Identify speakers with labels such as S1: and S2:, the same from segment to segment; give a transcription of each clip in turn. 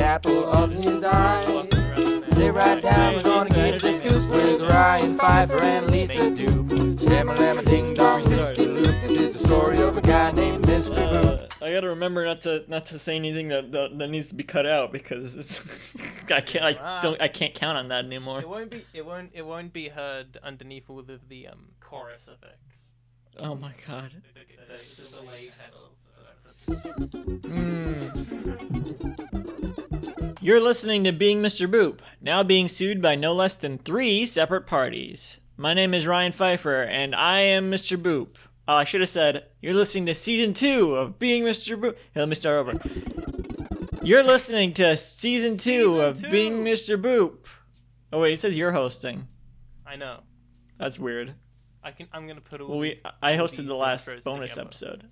S1: love in his eyes. Sit right down, we're gonna get the scoop with Ryan Piper and Lisa Dupe. Shamma lamma ding dong, loop loop. This is the story of a guy named Mr. Boop.
S2: Uh, I gotta remember not to not to say anything that that, that needs to be cut out because it's I can't I don't I can't count on that anymore.
S3: It won't be. It won't. It won't be heard underneath all of the um chorus effects.
S2: Oh my god.
S3: The, the, the delay pedals. that I put.
S2: You're listening to Being Mr. Boop, now being sued by no less than three separate parties. My name is Ryan Pfeiffer, and I am Mr. Boop. Oh, I should have said, you're listening to season two of Being Mr. Boop. Hey, let me start over. You're listening to season two
S3: Season
S2: of
S3: two.
S2: Being Mr. Boop. Oh, wait, it says you're hosting.
S3: I know.
S2: That's weird.
S3: I can. I'm gonna put all.
S2: Well, we uh,
S3: these-
S2: I
S3: all
S2: hosted
S3: these
S2: the last
S3: intros
S2: bonus
S3: together.
S2: episode.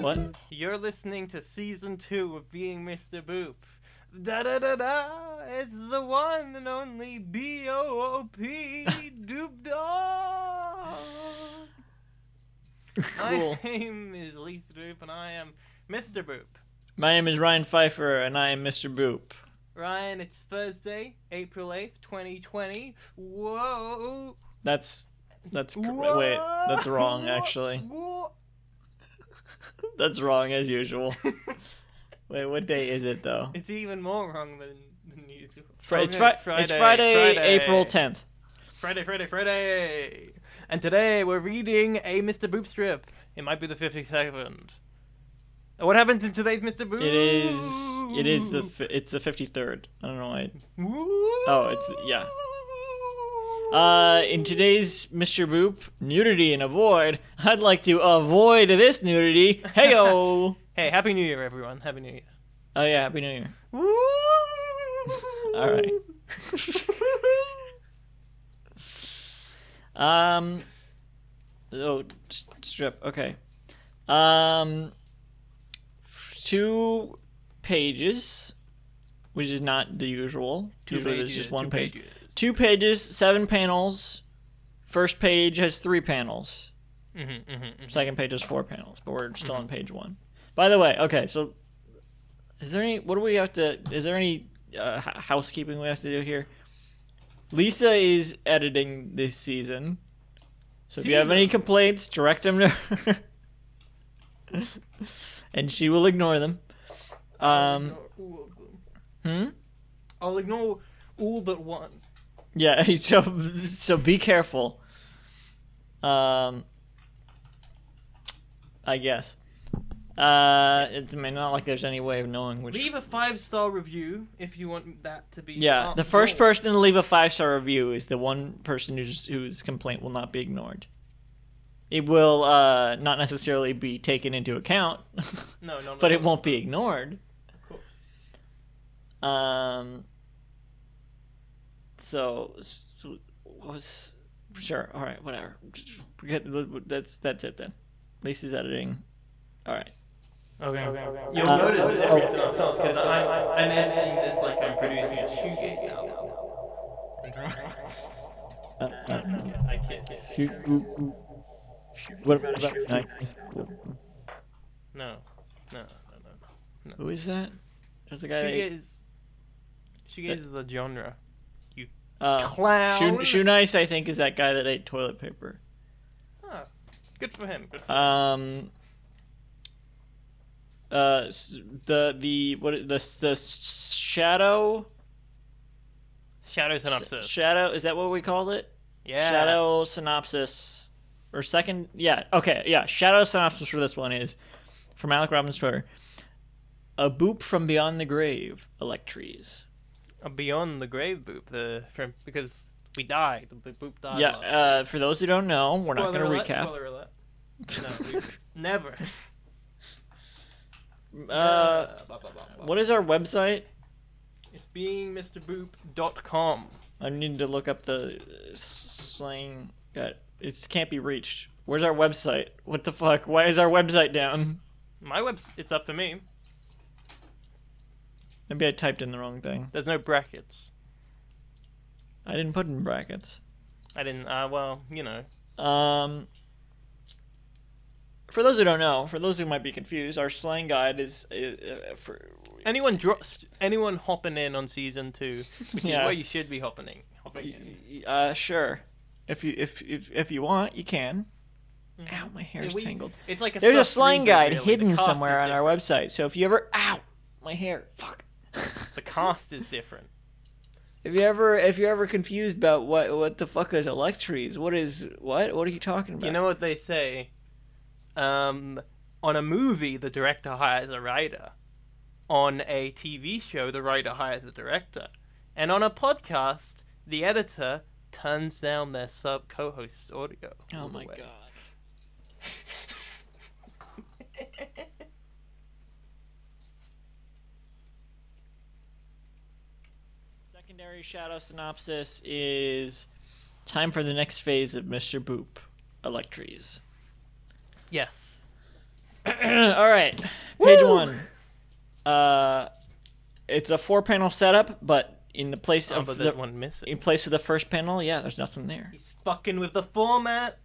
S2: What?
S3: You're listening to season two of Being Mr. Boop. Da da da da! It's the one and only B O O P Doop Dog.
S2: Cool.
S3: My name is Lisa Boop, and I am Mr. Boop.
S2: My name is Ryan Pfeiffer, and I am Mr. Boop.
S3: Ryan, it's Thursday, April eighth, twenty twenty. Whoa!
S2: That's that's cor-
S3: Whoa!
S2: wait, that's wrong actually.
S3: Whoa!
S2: That's wrong as usual. Wait, what day is it though?
S3: It's even more wrong than than usual.
S2: Fri- it's,
S3: Okay,
S2: Fri- it's Friday, April 10th.
S3: Friday, Friday, Friday. And today we're reading a Mr. Boop strip. It might be the 52nd. What happens in today's Mr. Boop?
S2: It is. It is the. Fi- it's the 53rd. I don't know why.
S3: Oh,
S2: it's- yeah. Uh, in today's Mr. Boop nudity and avoid, I'd like to avoid this nudity. Heyo.
S3: hey, Happy New Year, everyone. Happy New Year.
S2: oh yeah, happy New Year.
S3: All
S2: right. Um. Oh, s- strip. Okay. Um. Two pages, which is not the usual. Usually there's just one page. Two pages, seven panels. First page has three panels.
S3: Mm-hmm, mm-hmm.
S2: Second page has four panels, but we're still on page one. By the way, okay, so is there any? What do we have to? Is there any uh, h- housekeeping we have to do here? Lisa is editing this season, so if you have any
S3: Season.
S2: complaints, direct them to her, and she will ignore them. Um, hmm?
S3: I'll ignore all but one.
S2: Yeah, so so be careful. Um, I guess. Uh, it's I mean, not like there's any way of knowing which.
S3: Leave a five star review if you want that to be.
S2: yeah,
S3: up
S2: the first
S3: more.
S2: person to leave a five star review is the one person whose whose complaint will not be ignored. It will uh, not necessarily be taken into account,
S3: No, no, no.
S2: but it
S3: no.
S2: won't be ignored.
S3: Of course.
S2: Um. So, s- what was sure. All right, whatever. Forget that's that's it then. Lisa's editing. All right.
S3: Okay. You'll
S2: Uh,
S3: notice the difference in ourselves because I'm, I'm editing this like I'm producing a shoegaze album.
S2: Uh, uh,
S3: I can't. get it.
S2: shoot, oop, oop. Shoot, What about nice?
S3: No, no, no, no.
S2: Who is that? That's the guy. that-
S3: Shoegaze. Shoegaze is the genre.
S2: uh,
S3: Clown.
S2: Shoe, Shoe Nice, I think, is that guy that ate toilet paper.
S3: Ah, good for him. Good for
S2: Um. Uh, s- the the what the the s- shadow
S3: Shadow synopsis.
S2: shadow is that what we called it?
S3: Yeah.
S2: Shadow synopsis or second yeah, okay, yeah. Shadow synopsis for this one is from Alec Robbins Twitter. A boop from beyond the grave, Electries.
S3: Uh, Beyond the grave boop. The from because we died. The boop died.
S2: yeah,
S3: last.
S2: uh, for those who don't know, we're not
S3: Spoiler
S2: gonna
S3: alert,
S2: recap.
S3: Spoiler alert. No, we, never.
S2: Uh,
S3: Blah, blah, blah, blah.
S2: what is our website?
S3: It's beingmrboop.com.
S2: I need to look up the uh, slang. God, it can't be reached. Where's our website? What the fuck? Why is our website down?
S3: My web's it's up for me.
S2: Maybe I typed in the wrong thing.
S3: There's no brackets.
S2: I didn't put in brackets.
S3: I didn't. Uh, well, you know.
S2: Um, for those who don't know, for those who might be confused, our slang guide is, uh, uh, for
S3: Anyone dro- st- anyone hopping in on season two, which
S2: Yeah.
S3: is where you should be hopping in. Hopping in.
S2: Uh, sure. If you if if, if you want, you can. Ow, my hair's
S3: Mm-hmm. We-
S2: tangled.
S3: It's like a
S2: There's a
S3: soft
S2: slang
S3: reboot,
S2: guide
S3: really. The
S2: hidden
S3: cast is
S2: somewhere on our
S3: different.
S2: website. So if you ever, ow, my hair, fuck.
S3: The cast is different.
S2: If you ever, if you're ever confused about what what the fuck is electries, what is what? What are you talking about?
S3: You know what they say? Um, on a movie, the director hires a writer. On a TV show, the writer hires a director. And on a podcast, the editor turns down their sub co host's audio. all
S2: Oh
S3: the
S2: my
S3: way.
S2: god. Secondary shadow synopsis is time for the next phase of Mr. Boop, Electries.
S3: Yes.
S2: All right, page one. Uh, it's a four-panel setup, but in the place
S3: Oh,
S2: of
S3: but
S2: the
S3: there's one
S2: in
S3: missing.
S2: place of the first panel, yeah, there's nothing there.
S3: He's fucking with the format.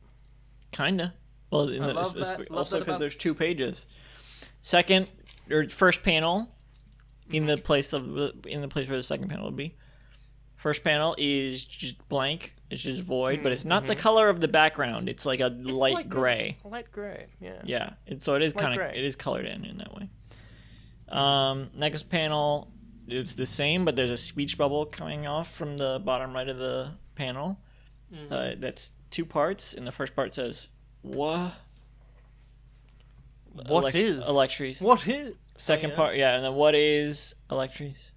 S2: Kinda. Well, in
S3: I
S2: the,
S3: love
S2: it's- it's-
S3: that- love
S2: also
S3: that
S2: because
S3: about-
S2: there's two pages. Second or first panel, in the place of the- in the place where the second panel would be. First panel is just blank. It's just void, but it's not the color of the background. It's like a light
S3: Mm-hmm. like a-
S2: gray.
S3: Light gray, yeah.
S2: Yeah, it, so it is
S3: Light
S2: kind of
S3: gray.
S2: it is colored in in that way. Um, next panel, it's the same, but there's a speech bubble coming off from the bottom right of the panel.
S3: Mm-hmm.
S2: Uh, that's two parts, and the first part says "what
S3: What is?
S2: electries."
S3: What is?
S2: Second
S3: yeah.
S2: part, yeah, and then what is electries?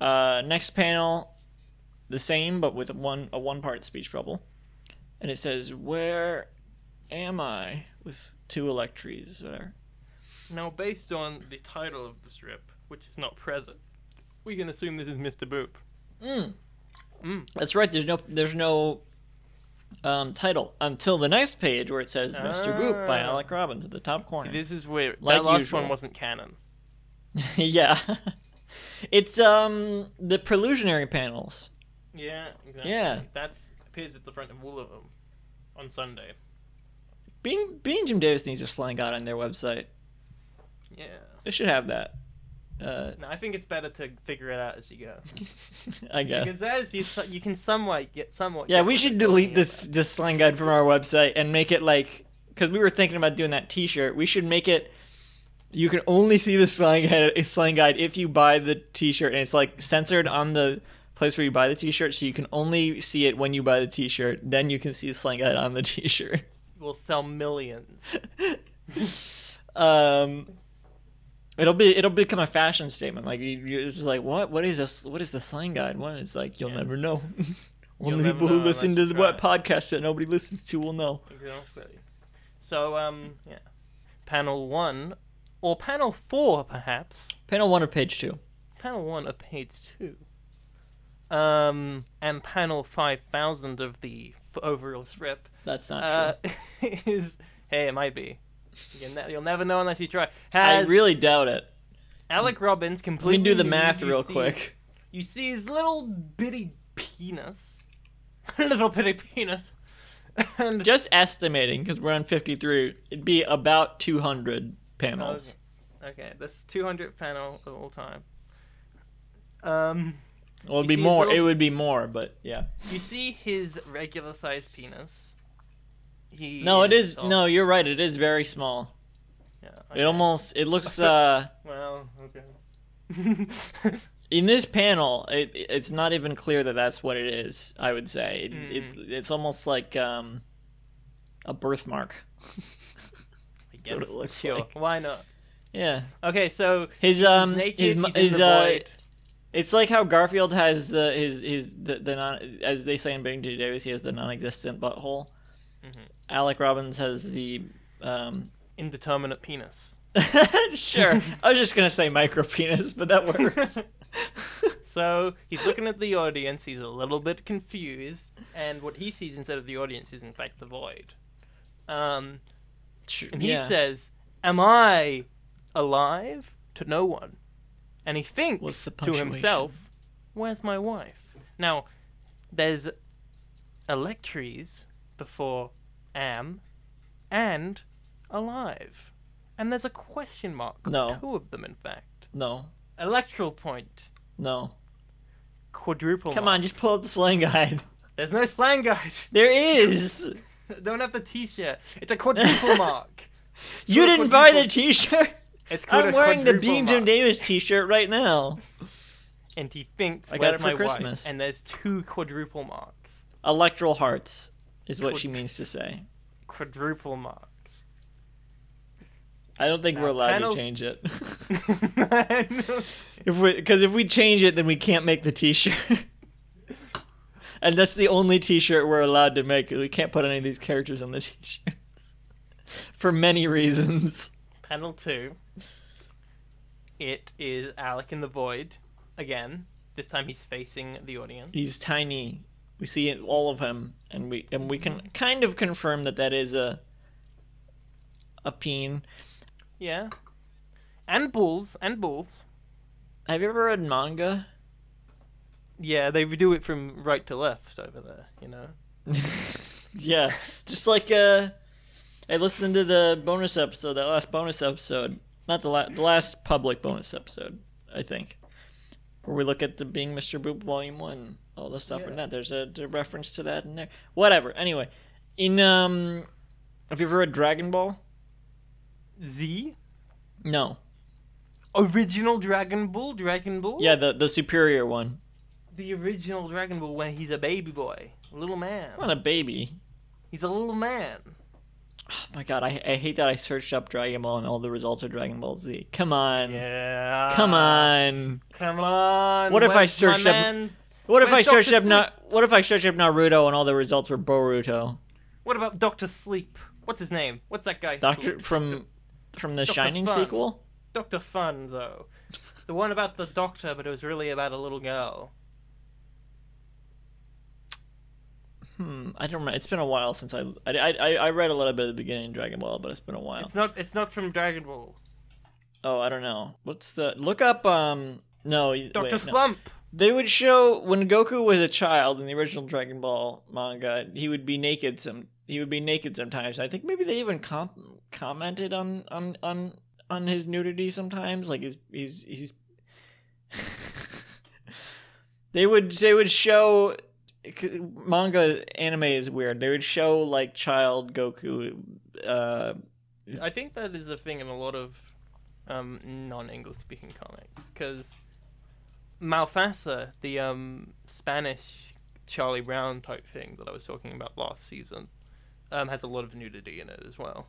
S2: Uh, next panel, the same but with one a one part speech bubble, and it says "Where am I?" with two electries there.
S3: Now, based on the title of the strip, which is not present, we can assume this is Mr. Boop.
S2: Mm. That's right. There's no there's no um, title until the next page where it says Mr. Boop by
S3: Ah.
S2: Alec Robbins at the top corner.
S3: This is where
S2: Like
S3: that last
S2: usual.
S3: one wasn't canon.
S2: yeah, it's um the prelusionary panels.
S3: Yeah, exactly.
S2: Yeah.
S3: That's appears at the front of all of them on Sunday.
S2: Being being Jim Davis needs a slang guide on their website.
S3: Yeah.
S2: They should have that. Uh,
S3: No, I think it's better to figure it out as you go.
S2: I guess.
S3: Because as you so- you can somewhat get somewhat.
S2: Yeah,
S3: get
S2: we
S3: what
S2: should
S3: they're talking
S2: delete this this slang guide from our website and make it like because we were thinking about doing that T-shirt. We should make it. You can only see the slang guide, slang guide if you buy the T-shirt, and it's like censored on the place where you buy the T-shirt, so you can only see it when you buy the T-shirt. Then you can see the slang guide on the T-shirt.
S3: about. We'll sell millions.
S2: Um, it'll be it'll become a fashion statement. Like you, you it's just like what what is this? What is the slang guide? What it's like you'll never know. Only
S3: never
S2: people who
S3: know
S2: listen
S3: unless
S2: to
S3: you
S2: the
S3: try.
S2: what podcast that nobody listens to will know.
S3: Exactly. So um yeah, panel one, or panel four perhaps.
S2: Panel one or page two?
S3: panel one of page two, um, and panel five thousand of the f- overall strip
S2: That's not
S3: uh,
S2: true.
S3: is hey, it might be. You'll, ne- you'll never know unless you try.
S2: I
S3: Has
S2: really doubt it.
S3: Alec Robbins
S2: We
S3: completely?
S2: can do the
S3: nude,
S2: math
S3: you
S2: real
S3: see-
S2: quick.
S3: You see his little bitty penis, little bitty penis, and
S2: Just estimating because we're on fifty three, it'd be about two hundred panels.
S3: okay, that's two hundred panel of all time. Um.
S2: Well, it'd be
S3: see his
S2: more.
S3: little-
S2: It would be more, but yeah.
S3: You see his regular sized penis. He
S2: No, it is.
S3: all-
S2: No, you're right. It is very small.
S3: Yeah,
S2: It
S3: okay.
S2: almost. It looks. uh
S3: Well, okay.
S2: in this panel it, it's not even clear that that's what it is i would say it,
S3: Hmm.
S2: it, it's almost like um, a birthmark
S3: I
S2: what it looks
S3: sure.
S2: like.
S3: Why not?
S2: yeah
S3: Okay, so
S2: his um
S3: naked,
S2: his mu-
S3: he's in
S2: his
S3: the
S2: uh
S3: void.
S2: it's like how garfield has the his his the, the non as they say in big J. davis he has the non-existent butthole
S3: Mm-hmm.
S2: alec robbins has the um
S3: indeterminate penis.
S2: sure i was just gonna say micro penis but that works
S3: So he's looking at the audience. He's a little bit confused, and what he sees instead of the audience is in fact the void. Um,
S2: Sure,
S3: And he
S2: yeah.
S3: says, Am I alive? To no one. And he thinks
S2: What's the
S3: to himself, Where's my wife? Now, there's electries before am and alive. And there's a question mark. on
S2: No.
S3: Two of them, in fact.
S2: no
S3: Electoral point.
S2: No.
S3: Quadruple.
S2: Come
S3: mark.
S2: on, just pull up the slang guide.
S3: There's no slang guide.
S2: There is.
S3: Don't have the T-shirt. It's a quadruple mark.
S2: You
S3: Look
S2: didn't
S3: what
S2: buy
S3: people-
S2: the T-shirt.
S3: It's called
S2: I'm
S3: a
S2: wearing the
S3: quadruple
S2: Being
S3: mark.
S2: Jim Davis T-shirt right now.
S3: And he thinks
S2: I got
S3: where's
S2: it for
S3: my
S2: Christmas.
S3: wife? And there's two quadruple marks.
S2: Electoral hearts is what she means to say.
S3: Quadruple marks.
S2: I don't think
S3: Now,
S2: we're allowed
S3: panel-
S2: to change it.
S3: That's
S2: if we, because if we change it, then we can't make the T-shirt. and that's the only T-shirt we're allowed to make. We can't put any of these characters on the T-shirts for many reasons.
S3: Panel two. It is Alec in the void again. This time he's facing the audience.
S2: He's tiny. We see it, all of him, and we and we can kind of confirm that that is a a peen.
S3: Yeah. And bulls and bulls.
S2: Have you ever read manga?
S3: Yeah, they do it from right to left over there. You know.
S2: yeah, just like uh, I listened to the bonus episode, that last bonus episode, not the, la- the last public bonus episode, I think, where we look at the Being Mr. Boop Volume One, all the stuff and
S3: Yeah.
S2: that. There's a, there's a reference to that in there. Whatever. Anyway, in um, have you ever read Dragon Ball?
S3: Z.
S2: No.
S3: Original Dragon Ball. Dragon Ball.
S2: Yeah, the the superior one.
S3: The original Dragon Ball when he's a baby boy, a little man.
S2: It's not a baby.
S3: He's a little man.
S2: Oh my god, I, I hate that I searched up Dragon Ball and all the results are Dragon Ball Z. Come on.
S3: Yeah.
S2: Come on.
S3: Come on.
S2: What if I
S3: where's my
S2: searched up-
S3: man?
S2: What if I
S3: Where's Dr.
S2: searched up
S3: Sleep?
S2: Na- What if I searched up Naruto and all the results were Boruto?
S3: What about Doctor Sleep? What's his name? What's that guy?
S2: Doctor from from the
S3: Dr.
S2: Shining
S3: Fun.
S2: sequel.
S3: Doctor Funzo. The one about the doctor, but it was really about a little girl.
S2: Hmm, I don't remember. It's been a while since I I, I I read a little bit at the beginning of Dragon Ball, but it's been a while.
S3: It's not. It's not from Dragon Ball.
S2: Oh, I don't know. What's the look up? Um, no, you- wait,
S3: Doctor
S2: no.
S3: Slump.
S2: They would show when Goku was a child in the original Dragon Ball manga. He would be naked some. He would be naked sometimes. I think maybe they even com- commented on on on on his nudity sometimes. Like he's he's he's. they would they would show c- manga anime is weird. They would show like child Goku. Uh,
S3: I think that is a thing in a lot of um, non-English speaking comics because Malfasa, the um, Spanish Charlie Brown type thing that I was talking about last season, um, has a lot of nudity in it as well.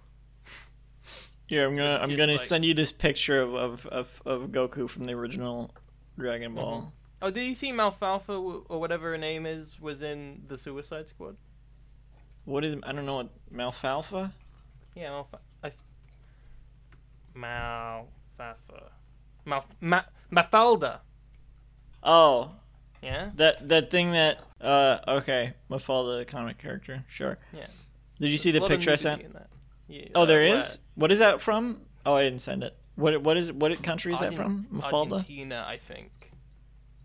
S2: here I'm gonna
S3: It's
S2: I'm
S3: just
S2: gonna
S3: like-
S2: send you this picture of of, of of Goku from the original Dragon Ball.
S3: Oh, did you see Malfalfa w- or whatever her name is was in the Suicide Squad?
S2: What is I don't know what Malfalfa?
S3: Yeah, Malfa- I f- Malfafa, Malf Ma- Mafalda.
S2: Oh,
S3: Yeah,
S2: that that thing that uh okay, Mafalda, the comic character. Sure.
S3: Yeah.
S2: Did you see
S3: There's a
S2: the
S3: lot of
S2: picture I sent?
S3: nudity in that. Yeah,
S2: Oh, there
S3: uh,
S2: is.
S3: where-
S2: What is that from? Oh, I didn't send it. What what is what country is that
S3: Argent-
S2: from? Mafalda?
S3: Argentina, I think.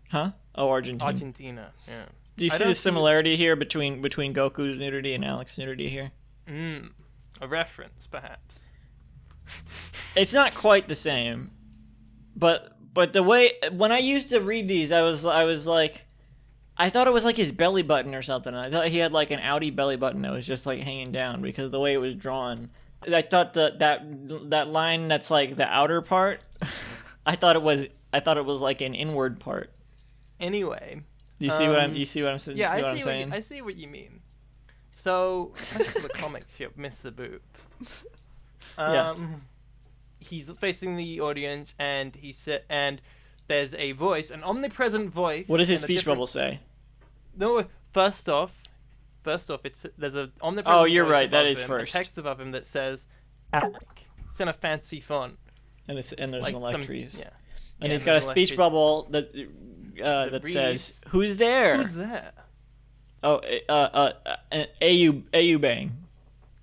S2: Huh? Oh, Argentina.
S3: Argentina, yeah.
S2: Do you
S3: I
S2: see
S3: don't
S2: the
S3: see-
S2: similarity here between between Goku's nudity and Alex's nudity here?
S3: Mm, a reference, perhaps.
S2: It's not quite the same, but but the way when I used to read these, I was I was like, I thought it was like his belly button or something. I thought he had like an Audi belly button that was just like hanging down because of the way it was drawn. I thought that that that line that's like the outer part. I thought it was I thought it was like an inward part.
S3: Anyway,
S2: Do you see what I'm
S3: Um,
S2: you see what I'm, saying?
S3: yeah,
S2: see
S3: I see,
S2: what I'm
S3: what
S2: saying?
S3: You, I see what you mean. So, back to the comic ship, Mr. Boop.
S2: Yeah.
S3: Um, He's facing the audience, and he said, and there's a voice, an omnipresent voice.
S2: what does his
S3: and a
S2: speech
S3: different-
S2: bubble say?
S3: No, first off, first off, it's there's a omnipresent.
S2: Oh, you're
S3: voice
S2: right, that
S3: above
S2: is
S3: him,
S2: first.
S3: A text above him that says, "Alec." It's in a fancy font.
S2: And it's and there's
S3: like
S2: an
S3: some-
S2: electries.
S3: yeah.
S2: And
S3: Yeah,
S2: he's got a
S3: there's an
S2: speech
S3: electri-
S2: bubble that uh, that says,
S3: reads-
S2: "Who's there?"
S3: Who's that?
S2: Oh, uh, uh, uh, an AU, AU bang.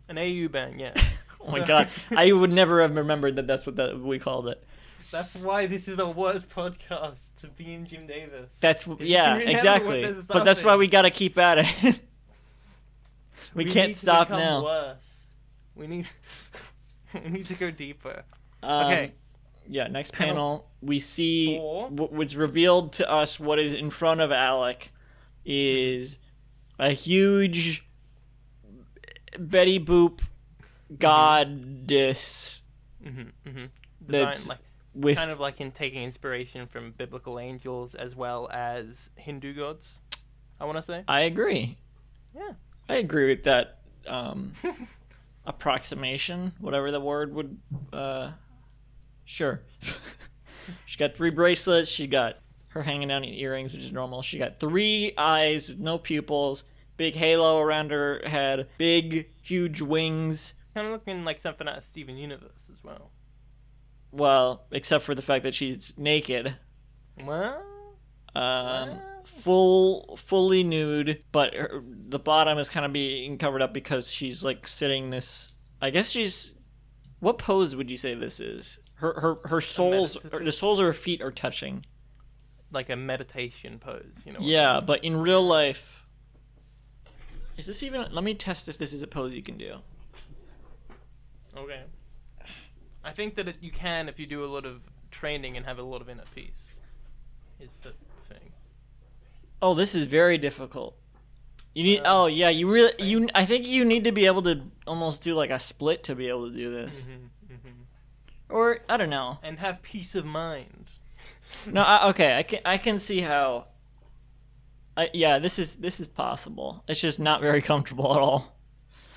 S3: An AU bang, yeah.
S2: Oh my
S3: So-
S2: god, I would never have remembered that that's what that we called it.
S3: That's why this is the worst podcast to be in Jim Davis.
S2: That's
S3: you
S2: yeah,
S3: remember what
S2: exactly.
S3: this
S2: But that's why we
S3: is.
S2: gotta keep at it. we,
S3: need
S2: can't
S3: to
S2: stop
S3: become
S2: now.
S3: Worse. We need we need to go deeper.
S2: Um,
S3: okay.
S2: Yeah, next
S3: Panel
S2: panel, we see
S3: four.
S2: what was revealed to us what is in front of Alec is a huge Betty Boop
S3: Mm-hmm.
S2: goddess
S3: Mhm, mhm.
S2: That's
S3: Designed, like,
S2: with
S3: kind of like in taking inspiration from biblical angels as well as Hindu gods. I want to say.
S2: I agree.
S3: Yeah.
S2: I agree with that um approximation, whatever the word would uh sure. she got three bracelets, she got her hanging down earrings, which is normal. She got three eyes, with no pupils, big halo around her head, big huge wings.
S3: Kind of looking like something out of Steven Universe as well.
S2: Well, except for the fact that she's naked.
S3: Well,
S2: um, full fully nude but her, the bottom is kind of being covered up because she's like sitting this i guess she's what pose would you say this is her her, her soles
S3: meditative-
S2: or the soles of her feet are touching
S3: like a meditation pose, you know. what I
S2: yeah but in real life is this even let me test if this is a pose you can do
S3: mean? Okay. I think that it, you can if you do a lot of training and have a lot of inner peace. Is the thing.
S2: oh this is very difficult you need
S3: Uh,
S2: oh yeah you really you i think you need to be able to almost do like a split to be able to do this
S3: Mm-hmm.
S2: or i don't know
S3: And have peace of mind.
S2: No, I, okay, I can I can see how. I, yeah, this is this is possible. It's just not very comfortable at all.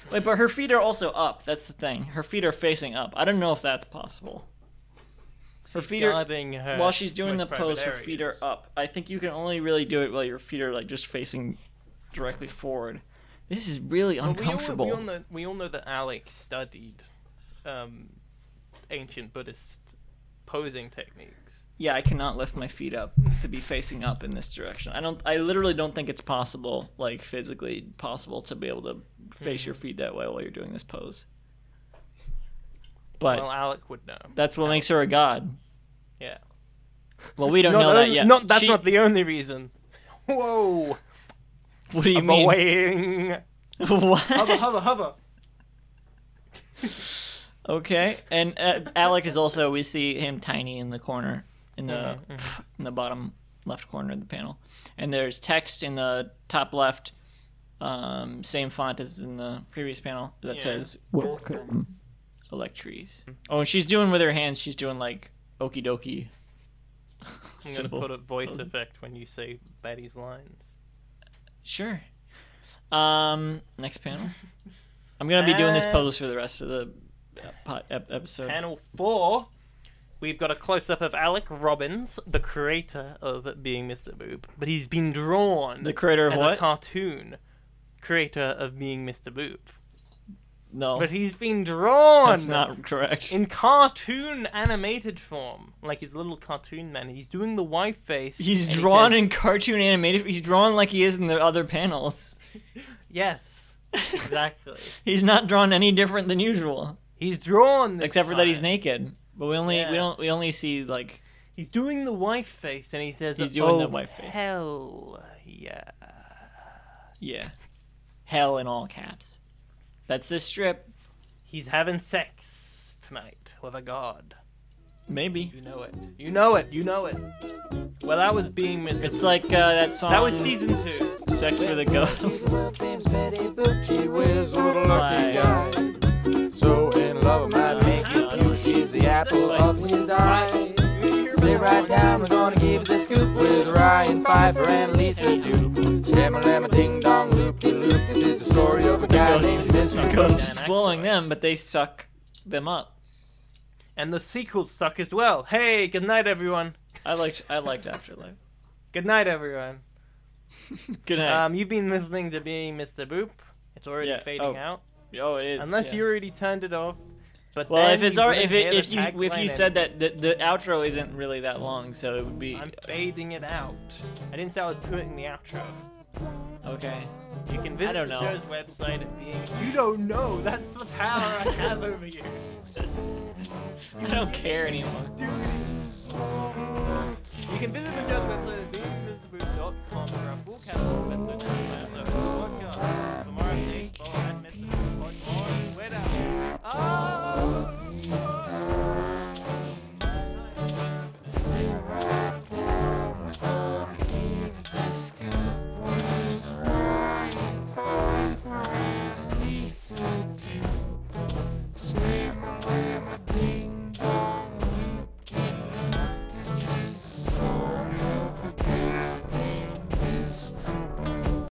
S2: Wait, but her feet are also up. That's the thing. Her feet are facing up. I don't know if that's possible. Her feet are
S3: Guarding her
S2: while she's doing
S3: most
S2: the
S3: Uh, private
S2: pose. Her feet are
S3: areas.
S2: up. I think you can only really do it while your feet are like just facing directly forward. This is really
S3: Well, we all-
S2: uncomfortable.
S3: We all, know, we all know that Alex studied um, ancient Buddhist posing techniques.
S2: Yeah, I cannot lift my feet up to be facing up in this direction. I don't. I literally don't think it's possible, like physically possible, to be able to face
S3: Hmm.
S2: your feet that way while you're doing this pose. But
S3: well, Alec would know.
S2: that's what makes her a god.
S3: Yeah.
S2: Well, we don't know
S3: Not-
S2: that yet.
S3: not- that's
S2: She-
S3: not the only reason. Whoa!
S2: What do you mean?
S3: Boing! Hover,
S2: what?
S3: hover, hover!
S2: Okay. And uh, Alec is also. We see him tiny in the corner, in the
S3: Mm-hmm,
S2: in the bottom left corner of the panel, and there's text in the top left. Um, same font as in the previous panel that
S3: Yeah.
S2: says "Welcome, Electries."
S3: Mm-hmm.
S2: Oh, and she's doing with her hands. She's doing like okie dokie.
S3: I'm gonna
S2: symbol.
S3: put a voice
S2: Um,
S3: effect when you say Betty's lines.
S2: Sure. Um, next panel. I'm gonna be doing this
S3: Uh,
S2: pose for the rest of the uh, pot, ep- episode.
S3: Panel 4, we've got a close up of Alec Robbins, the creator of Being Mr. Boop, but he's been drawn
S2: The creator of
S3: as a
S2: what?
S3: cartoon creator of Being Mr. Boop.
S2: no,
S3: But he's been drawn
S2: Oh. that's not correct.
S3: in cartoon animated form, like his little cartoon man. He's doing the Y face.
S2: He's
S3: and he
S2: drawn
S3: says,
S2: in cartoon animated. He's drawn like he is in the other panels.
S3: Yes, exactly.
S2: He's not drawn any different than usual,
S3: he's drawn. This
S2: except for that he's
S3: time.
S2: naked. But we only
S3: Yeah.
S2: we don't we only see like
S3: He's doing the white face, and he says,
S2: He's doing
S3: "Oh,
S2: the white face.
S3: Hell yeah!
S2: yeah, hell in all caps. That's this strip,
S3: He's having sex tonight with a god.
S2: maybe.
S3: You know it. You know it. You know it. Well, that was being miserable.
S2: It's like uh, that song.
S3: that was season two.
S2: Sex with a Ghost.
S1: Name's Betty Boop, she whiz, what a
S2: Bye.
S1: lucky guy. So in love with my naked beauty, she's the apple of his eye. Sit right down, we're gonna give you the scoop with Ryan Pfeiffer and Lisa Dupe. Stammer, lammer, ding dong, loop de loop. This is the story of a guy named
S2: Ghost, is-
S1: Mr.
S2: ghost
S1: Boop.
S2: is blowing them, but they suck them up.
S3: And the sequels suck as well. Hey, good night, everyone.
S2: I liked I liked Afterlife.
S3: Good night, everyone.
S2: Good night.
S3: Um, you've been listening to Being Mr. Boop. It's already
S2: Yeah,
S3: fading
S2: oh,
S3: out,
S2: oh, it is.
S3: unless
S2: yeah.
S3: you already turned it off. But
S2: Well,
S3: then
S2: if it's
S3: you
S2: our,
S3: wouldn't
S2: if it,
S3: hear
S2: if
S3: the
S2: you if you
S3: tagline
S2: said that the, the outro isn't really that long, so it would be
S3: anymore. I'm fading it out. I didn't say I was putting the outro.
S2: okay.
S3: You can visit
S2: don't
S3: the
S2: know.
S3: show's website at being. You don't know. That's the power I have over you.
S2: I don't care anymore.
S3: You can visit the show's website at beingmrboop.com for our full catalog of episodes. Oh!